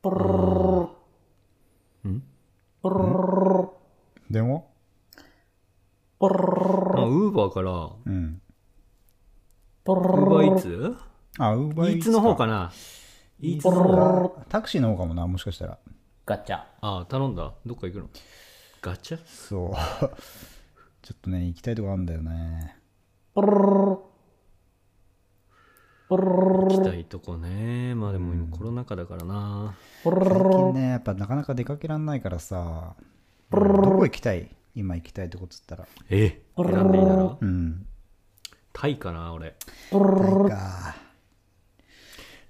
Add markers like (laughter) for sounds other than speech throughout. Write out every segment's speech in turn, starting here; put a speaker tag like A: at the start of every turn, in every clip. A: ポロロロロロ
B: ん
A: ポロロロロロ
C: 電話
A: ポロロロロ
B: あ、ウーバーから、
C: うん。
A: ポロ
B: ウ
A: ロ
B: ーバ
A: ロ
B: ーイ
A: ロ
B: ーツ
C: あ、ウー
B: イ
C: バー
B: ーツの方かなイーツ
A: ポ
B: の
A: ロロ
B: 方
A: ロ
B: か
A: ロ
C: タクシーの方かもな、もしかしたら。
A: ガチャ
B: あ、頼んだ。どっか行くのガチャ
C: そう。 (laughs) ちょっとね、行きたいとこあるんだよね。
A: ポロロロロポロロロロ
B: 行きたいとこね。まあでも今コロナ禍だからな。
A: ポロロ
C: 最
A: ロロ
C: 近ね、やっぱなかなか出かけらんないからさ、どこ行きたい今行きたいとこっつったら。
B: え選んでいいなら
C: うん。
B: タイかな、俺。
A: ポロロロ
C: タ
A: ロ
C: イか。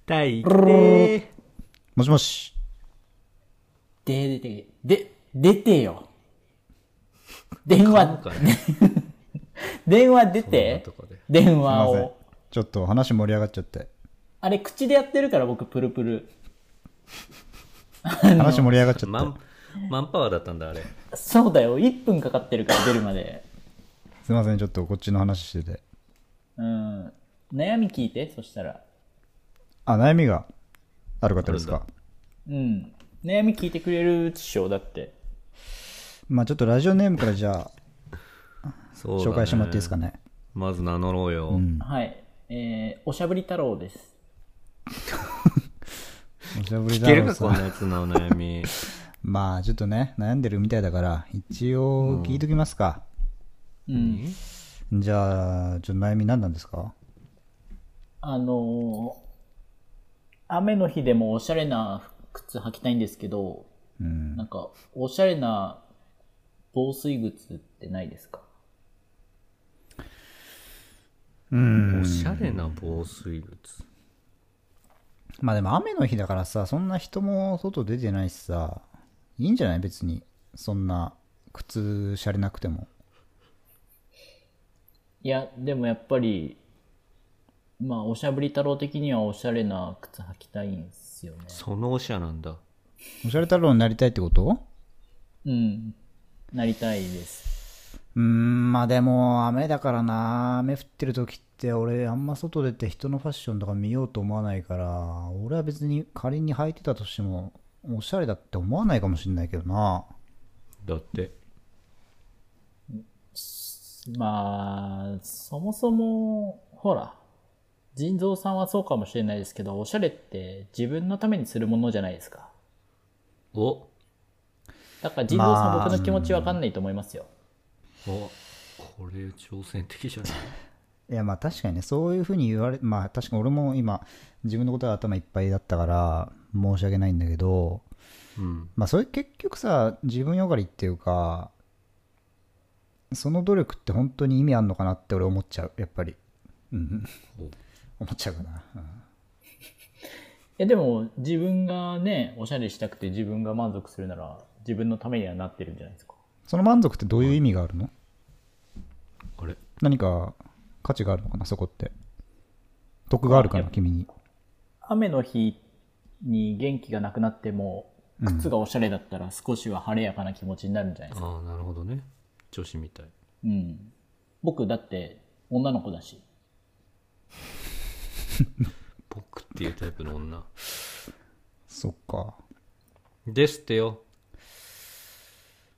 B: タイ行きて
C: もしもし。
A: で、出て、で、出てよ。電話
B: ー。、かね。
A: 電話出
B: そんな
A: て
B: とこで。
A: 電
C: すい
A: 話
C: ません
A: を。。
C: ちょっと話盛り上がっちゃって。
A: あれ、口でやってるから僕、プルプル。
C: 話盛り上がっちゃ
B: マ
C: っ
B: ン、マンパワーだったんだ、あれ。
A: そうだよ、1分かかってるから出るまで。
C: て。すいません、ちょっとこっちの話してて。
A: うん。悩み聞いて、そしたら。
C: あ、悩みがある方ですか。
A: うん。悩み聞いてくれるっしょ、だって。
C: まあちょっとラジオネームからじゃあ、
B: そうだね
C: 紹介してもらっていいですかね。
B: まず名乗ろうよ。
A: はい。えー、おしゃぶり太郎です。
C: おしゃぶり
B: 聞
C: だ
B: け
C: ろ
B: る
C: う
B: か、
C: さ
B: こんなやつのお悩み。
C: まあちょっとね、悩んでるみたいだから、一応聞いときますか。
A: うん。
C: じゃあ、ちょっと悩み何なんですか
A: あのー雨の日でもおしゃれな靴履きたいんですけど、
C: うん。
A: なんか、おしゃれな防水靴ってないですか
B: おしゃれな防水靴。
C: まあでも雨の日だからさ、そんな人も外出てないしさ、いいんじゃない別に。そんな、靴、しゃれなくても。
A: いや、でもやっぱり、まあ、おしゃぶり太郎的にはおしゃれな靴履きたいんですよね。
B: そのおしゃなんだ。
C: おしゃれ太郎になりたいってこと
A: うん。なりたいです。
C: うーん、まあでも、雨だからな、雨降ってる時って、俺、あんま外出て人のファッションとか見ようと思わないから、俺は別に仮に履いてたとしても、おしゃれだって思わないかもしれないけどな。
B: だって。
A: まあ、そもそも、ほら、人造さんはそうかもしれないですけど、おしゃれって自分のためにするものじゃないですか。
B: お
A: だから人造さん
C: まあ
A: 僕の気持ちわかんないと思いますよ。
B: おこれ挑戦的じゃ
C: (laughs)
B: ない
C: いや、まあ確かにね、そういうふうに言われ、まあ確かに俺も今、自分のことは頭いっぱいだったから、申し訳ないんだけど、
B: うん。
C: まあそれ結局さ、自分よがりっていうか、その努力って本当に意味あんのかなって俺思っちゃう、やっぱり。うん、 (laughs)
B: お
C: 思っちゃうかな。うん
A: え、でも、自分がね、おしゃれしたくて自分が満足するなら、自分のためにはなってるんじゃないですか。
C: その満足ってどういう意味があるの
B: あれ
C: 何か価値があるのかなそこって得があるかな君に
A: 雨の日に元気がなくなっても、靴がおしゃれだったら少しは晴れやかな気持ちになるんじゃないですか。
B: ああ、なるほどね。女子みたい。
A: うん。僕だって女の子だし。
B: 僕っていうタイプの女。
C: そっか
B: ですってよ。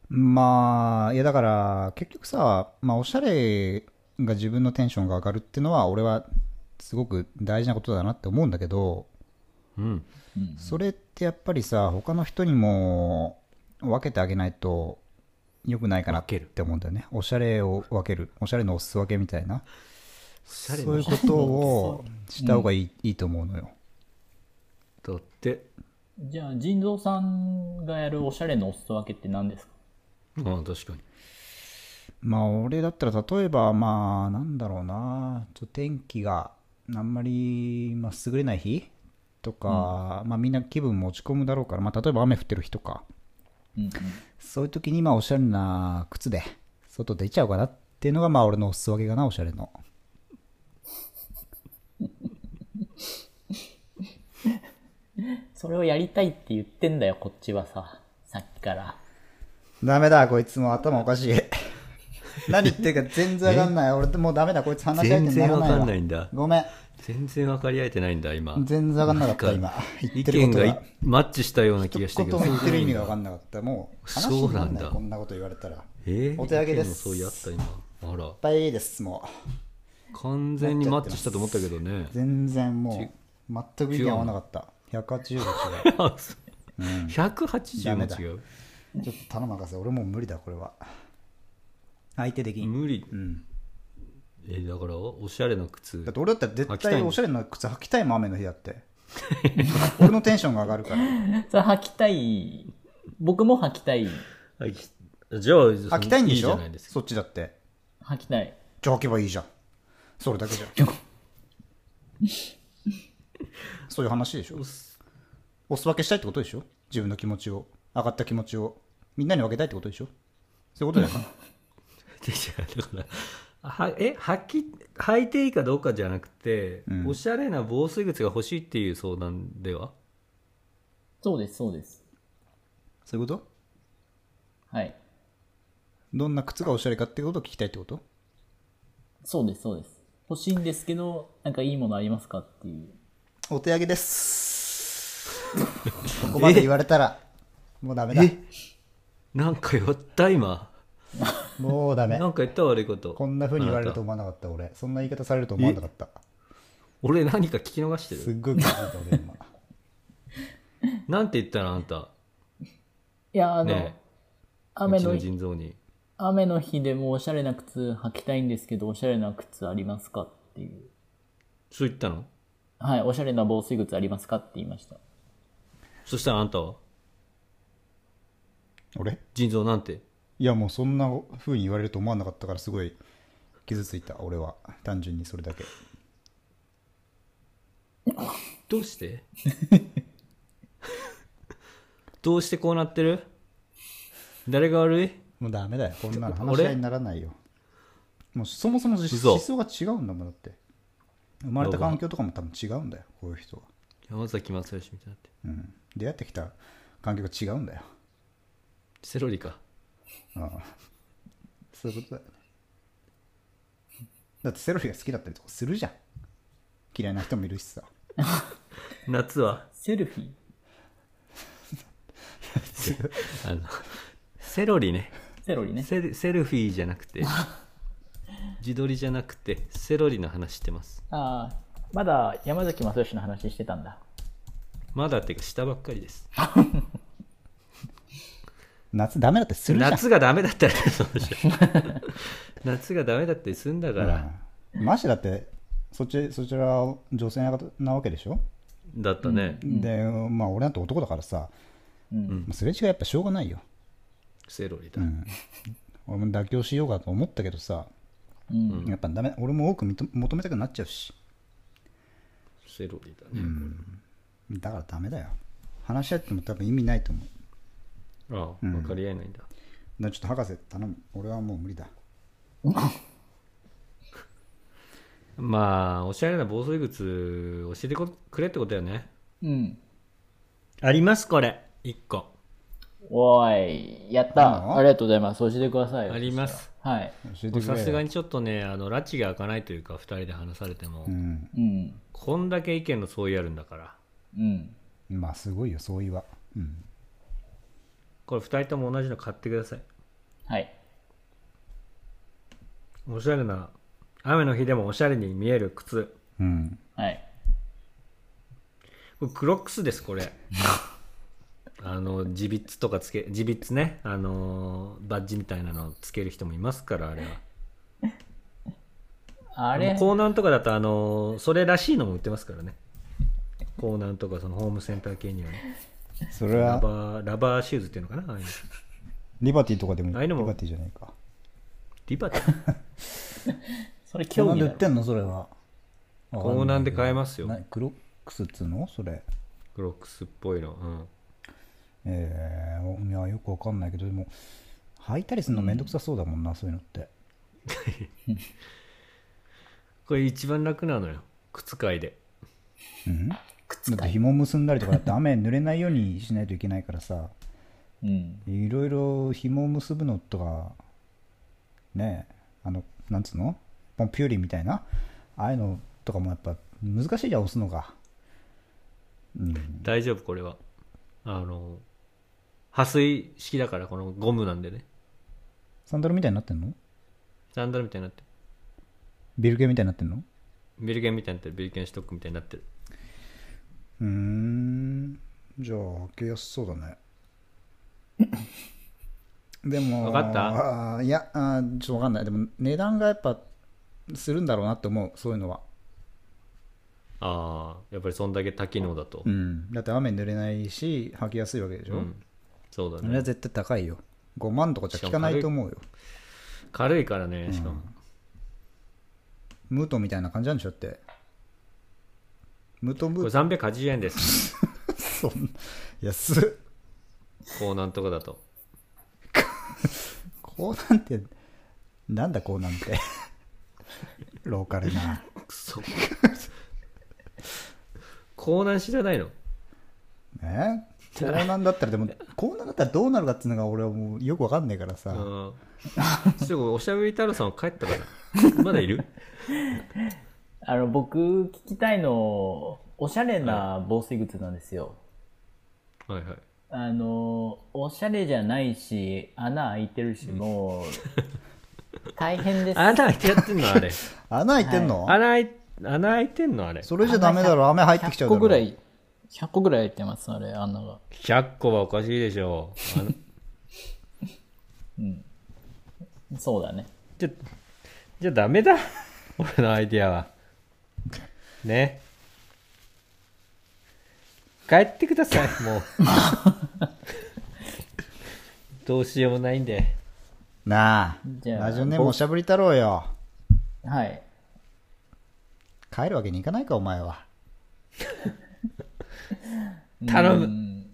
C: まあいやだから結局さ、まあ、おしゃれが自分のテンションが上がるっていうのは俺はすごく大事なことだなって思うんだけど
B: うん。
A: うん。
C: それってやっぱりさ他の人にも分けてあげないと良くないかなっ
B: 分ける
C: て思うんだよねおしゃれを分けるおしゃれのお裾分けみたいな
B: シ
C: そ
B: ャ
C: う
B: レ
C: いう
B: な
C: ことをした方がいい,、いいと思うのよ
B: だって。
A: じゃあ、人造さんがやるおしゃれのお裾分けって何ですか
B: ああ、確かに。
C: まあ俺だったら例えばまあなんだろうなちょっと天気があんまり、まあ、優れない日とか、まあみんな気分も落ち込むだろうから、まあ、例えば雨降ってる日とか
A: うんうん。
C: そういう時にまあおしゃれな靴で外出ちゃおうかなっていうのがまあ俺のお裾分けかなおしゃれの
A: それをやりたいって言ってんだよ、こっちはさ。さっきから。
C: ダメだこいつもう頭おかしい (laughs) 何言ってるか全然わかんない俺ってもうダメだこいつ話し合い
B: 全
C: にな
B: 然
C: ら
B: わ
C: ない
B: か
C: わ
B: んないんだ。
C: ごめん
B: 全然分かり合えてないんだ、今。
C: 全然わかんなかった、
B: なん
C: 今。言
B: 意
C: ってるこ
B: 見
C: と
B: が
C: が。
B: いマッチしたような
C: 一
B: 気がしたけ
C: 言
B: ど。
C: も言ってる意味がわかんなかった。もう、話
B: そう
C: に
B: な
C: なん
B: だ
C: んない、こんなこと言われたら。いっ
B: えー、
C: お手上げです
B: 意見の相違あった、今。あら。
C: ぱいです、も
B: 完全にマッチしたと思ったけどね
C: う。。全然もう、全く意見合わなかった。180度違う。 (laughs)
B: (laughs) あそう180も違う。
C: ちょっと頼まかせ、俺もう無理だ、これは。相手的に。
B: 無理。
C: うん。
B: えーだから、おしゃれな靴
C: だっ。て俺だったら絶
B: 履きたい
C: 対
B: の
C: おしゃれな靴履きたいもん雨の日だって。
B: (laughs)
C: 俺のテンションが上がるから。
A: それ履きたい。僕も履きたい。
B: あきじゃあ、
C: 履きたいんでし
B: いい
C: ょ
B: じゃないですか。
C: そっちだって。
A: 履きたい。
C: じゃあ履けばいいじゃん。それだけじゃん。 (laughs) そういう話でしょ。おす分けしたいってことでしょ自分の気持ちを。上がった気持ちを。みんなに分けたいってことでしょそういうことだよね。
B: でじゃあだから (laughs) はえ履き履いていいかどうかじゃなくて、
C: うん
B: おしゃれな防水靴が欲しいっていう相談では
A: そうです、そうです。
C: (laughs) そういうこと
A: はい。
C: どんな靴がおしゃれかってことを聞きたいってこと
A: そうです、そうです。欲しいんですけど、なんかいいものありますかっていう。
C: お手上げです。 (laughs) ここまで言われた (laughs) ら、もうダメだ。
B: なんか言った今
C: もうダメ
B: な。んか言った悪いこと
C: こんな風に言われると
B: あな
C: 思わなかった俺。そんな言い方されると思わなかった。
B: た俺何か聞き逃して
C: すっ
B: る
C: ごい気づいた俺今。
B: なんて言ったのあんた
A: いや、あの、
B: ねえう
A: 雨
B: ち
A: の
B: の
A: 日、
B: 腎臓に
A: 雨の日でもおしゃれな靴履きたいんですけど、おしゃれな靴ありますかっていう。
B: そう言ったの
A: はい、おしゃれな防水靴ありますかって言いました。
B: そしたらあんたは
C: (laughs) 俺
B: 腎臓なんて
C: いやもうそんな風に言われると思わなかったからすごい傷ついた俺は単純にそれだけ
B: どうして
C: (laughs)
B: どうしてこうなってる誰が悪い
C: もうダメだよこんなの
B: ちょ
C: 話し合いにならないよもうそもそも思
B: 嘘
C: 思想が違うんだもんだって生まれた環境とかも多分違うんだよこういう人は、
B: 山崎まさよしみたいになって
C: うん、出会ってきた環境が違うんだよ
B: セロリか
C: そういうことだよねだってセロリが好きだったりとかするじゃん嫌いな人もいるしさ
B: 夏は
A: セルフィー
B: あのセロリね
A: セロリね。
B: セルセルフィーじゃなくて自撮りじゃなくてセロリの話してます
A: ああ、まだ山崎正義の話してたんだ。
B: まだっていうか下ばっかりです
C: 夏ダメだってするじゃん
B: 夏がダメだったらそうでしょ夏がダメだって済んだから、
C: うんマシだってそっちそちらは女性なわけでしょ
B: だったね、
C: で、まあ俺なんて男だからさ、
A: うん
C: まあすれ違いやっぱしょうがないよ。
B: セロリだ、
C: 俺も妥協しようかと思ったけどさ、
A: うん
C: やっぱダメ、俺も多く認求めたくなっちゃうし、
B: セロリだね、
C: だからダメだよ。話し合っても多分意味ないと思う。だか
B: ああ分かり合えないんだ、
C: らちょっと博士頼む。俺はもう無理だ。
B: まあおしゃれな防水靴教えてくれってことだよね
A: うん。
B: ありますこれ1個
A: おーい、やっ
C: あ
A: た。
C: の
A: ありがとうございます。教えてくださいよ。
B: あります
A: はい。
C: 教えてく
B: さ
C: れ
B: すが
C: よ。
B: にちょっとねあの拉致が開かないというか2人で話されても、
C: うん。
A: うん。
B: こんだけ意見の相違あるんだから
A: うん。
C: まあすごいよ、そういは。うん。
B: これ2人とも同じの買ってください
A: はい。
B: おしゃれな雨の日でもおしゃれに見える靴
C: うん。
A: はい。
B: これクロックスで
C: (laughs)
B: すこれあのジビッツとかつけジビッツねあのーバッジみたいなのつける人もいますからあれは
A: あ
B: あ
A: れ
B: のコーナンとかだとあのーそれらしいのも売ってますからねコーナンとかそのホームセンター系にはね
C: それ
B: ラ
C: は、
B: バーラバーシューズっていうのかなああいうの
C: リバティとかでも、
B: ああい
C: リ
B: うのも
C: バティじゃないか。
B: リバティ
A: それ
C: コー
A: 興
C: ナン
A: 味
C: で
A: な
C: 売っ
A: い。
C: てんのそれは。
B: コーナンで買えますよ
C: なクロックスっつうのそれ。
B: クロックスっぽいのうん
C: えー、いやよくわかんないけどでも履いたりするのめんどくさそうだもんな、そういうのって
B: これ一番楽なのよ靴買いで
C: うんだって紐結んだりとかだって雨濡れないようにしないといけないからさ
A: うん。
C: いろいろ紐結ぶのとかねえあのなんつうのポンピューリンみたいなああいうのとかもやっぱ難しいじゃん押すのがうん
B: 大丈夫これはあの破水式だからこのゴムなんでね
C: サンダルみたいになってんの
B: サンダルみたいになって
C: ビル系みたいになってんの
B: るビルケンみたいになってるビルケンストックみたいになってる
C: うーんじゃあ開けやすそうだ
B: (laughs)
C: ねでも
B: わかった
C: あーいやあーちょっと分かんないでも値段がやっぱするんだろうなって思うそういうのは
B: ああやっぱりそんだけ多機能だと
C: うんだって雨濡れないし履きやすいわけでしょ、
B: うんそうだ
C: あれは
B: ね
C: 絶対高いよ5万とかじゃ効かないと思うよ
B: 軽いからねしかも、
C: ムートみたいな感じなんでしょだってムートム
B: これ
C: ー
B: 380円です
C: トそん安っ
B: こうなんとかだと
C: こうなんてなんだこうなん
B: (laughs)
C: てローカルな
B: く
C: (laughs)
B: そコーナン知らないの
C: えコーナンだったら
A: (laughs)
C: でもコーナンだったらどうなるかっていうのが俺はもうよくわかんないからさ、
B: うん、ちょっとおしゃべり太郎さんは帰ったからまだいる
A: あの、僕聞きたいの、おしゃれな防水靴なんですよ。
B: はいはい
A: あの、おしゃれじゃないし、穴開いてるし、もう、大変です。
B: 穴開いてやってんのあれ
C: 穴開いてんの、
B: 穴開い穴開いてんのあれ
C: それじゃダメだろ雨入ってきちゃうだ
A: 100個
C: ろ
A: ぐらい、100個ぐらい開いてます、あれ、穴が。
B: 100個はおかしいでしょうあの
A: そうだね。
B: じゃじゃあダメだ (laughs) 俺のアイディアはね帰ってくださいもうどうしようもないんで
C: なあ
A: じゃあ
C: ラジオネームおしゃぶり太郎よ
A: はい。
C: 帰るわけにいかないかお前は
B: 頼む
A: む。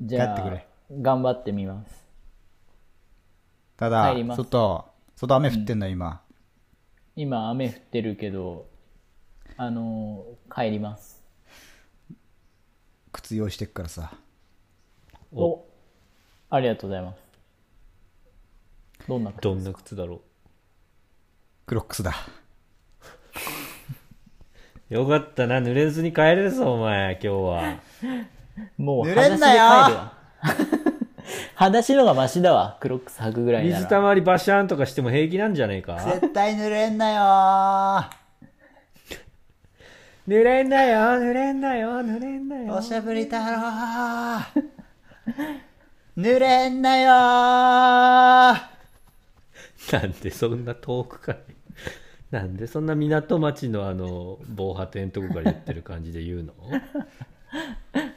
A: じゃあ、
C: 帰ってくれ
A: 頑張ってみます。
C: ただ
A: 帰ります
C: 外外雨降ってんの今、
A: 今、雨降ってるけど、あの、帰ります。
C: 靴用意してっからさ
B: お
A: おありがとうございます。どんな靴
B: どんな靴だろ
C: クロックスだ
B: うよかったな濡れずに帰れるぞお前今日は
A: もう、
C: 濡れんなよ
A: 裸足で帰る (laughs) わ裸足のがマシだわ、クロックス履くぐらいなら。
B: 水たまりバシャーンとかしても平気なんじゃねえか
C: 絶対濡れんな
B: 濡れんなよ濡れんなよ濡れんな
C: よ
B: よ
C: おしゃぶり太
A: (laughs)
C: 郎濡れんなよ
B: なんでそんな遠くからなんでそんな港町のあの防波堤のとこから言ってる感じで言うの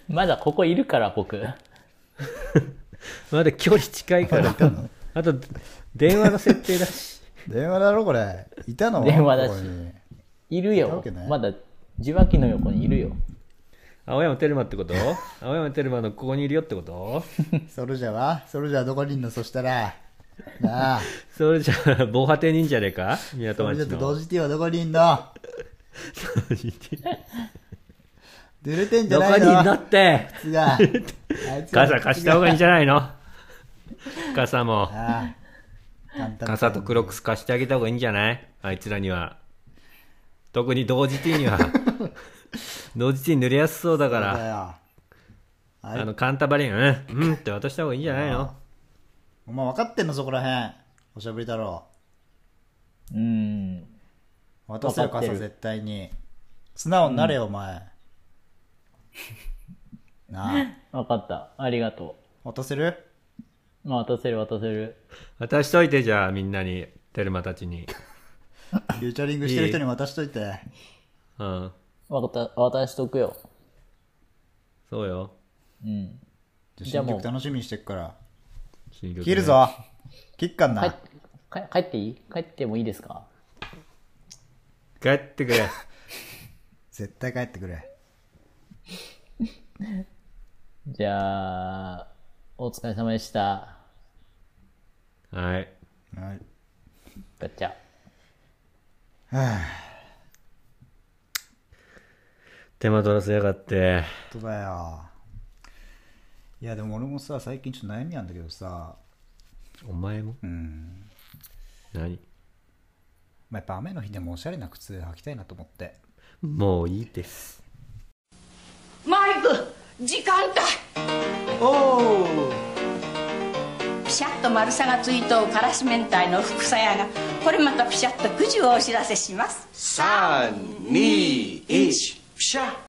A: まだここいるから、僕。
B: まだ距離近いからあと電話の設定だし
C: 電話だろこれいたの
A: 電話だし
C: ここに
A: いる
C: いた
A: よ
C: わけね。
A: まだ、受話器の横にいるよ。
B: 青山テルマってこと青山テルマのここにいるよってこと
C: ソルジャーはソルジャーどこにいんのそしたらなあ
B: それじゃあ防波堤にいんじゃねえか港
C: ソル
B: 町
C: ジャーと
B: の
C: 同時ティはどこにいんの濡れてんじゃ
B: ど
C: な
B: こ
C: い
B: にいんの
C: の
B: って
C: 靴があいつら
B: 傘貸した方がいいんじゃないの傘も
C: ああ簡単
B: 傘とクロックス貸してあげた方がいいんじゃないあいつらには特に同時 T
C: (laughs)
B: には同時 T に濡れやすそうだか
C: だ
B: ら
C: よあ
B: あ
C: れ
B: のカンタバリンうんうんって渡した方がいいんじゃないの
C: お前分かってんのそこらへんおしゃぶり太郎
A: うーん。
C: 渡せよ
A: 分かって
C: 傘
A: る
C: 絶対に素直になれよお前、なあ
A: わかった。ありがと
C: 渡せる
A: う。まあ、渡せる、渡せる。
B: 渡しといてじゃあみんなにテルマたちに
C: フューチャリングしてる人に渡しといて
B: うん
A: わかった、渡しとくよ。
B: そうよ
A: うん。
C: じゃあ新曲楽しみにしてっから
B: 新曲ね
C: 切るぞ切っかんな、
A: 帰っ帰帰っていい帰ってもいいですか
B: 帰って
C: (laughs)
B: くれ
C: 絶対帰ってくれ
A: じゃあ、お疲れ様でした。
B: はい
C: はい
A: ガチャ。
B: 手間取らせやがって
C: 本当だよいやでも俺もさ最近ちょっと悩みなんだけどさ、
B: お前も
C: うん
B: 何
C: まあ、やっぱ雨の日でもおしゃれな靴履きたいなと思って
B: もういいです
D: マイク時間だ
E: おお
D: ピシャッと丸さがついとうからし明太の福さやがこれまたピシャッとくじをお知らせします
E: 321ピシャ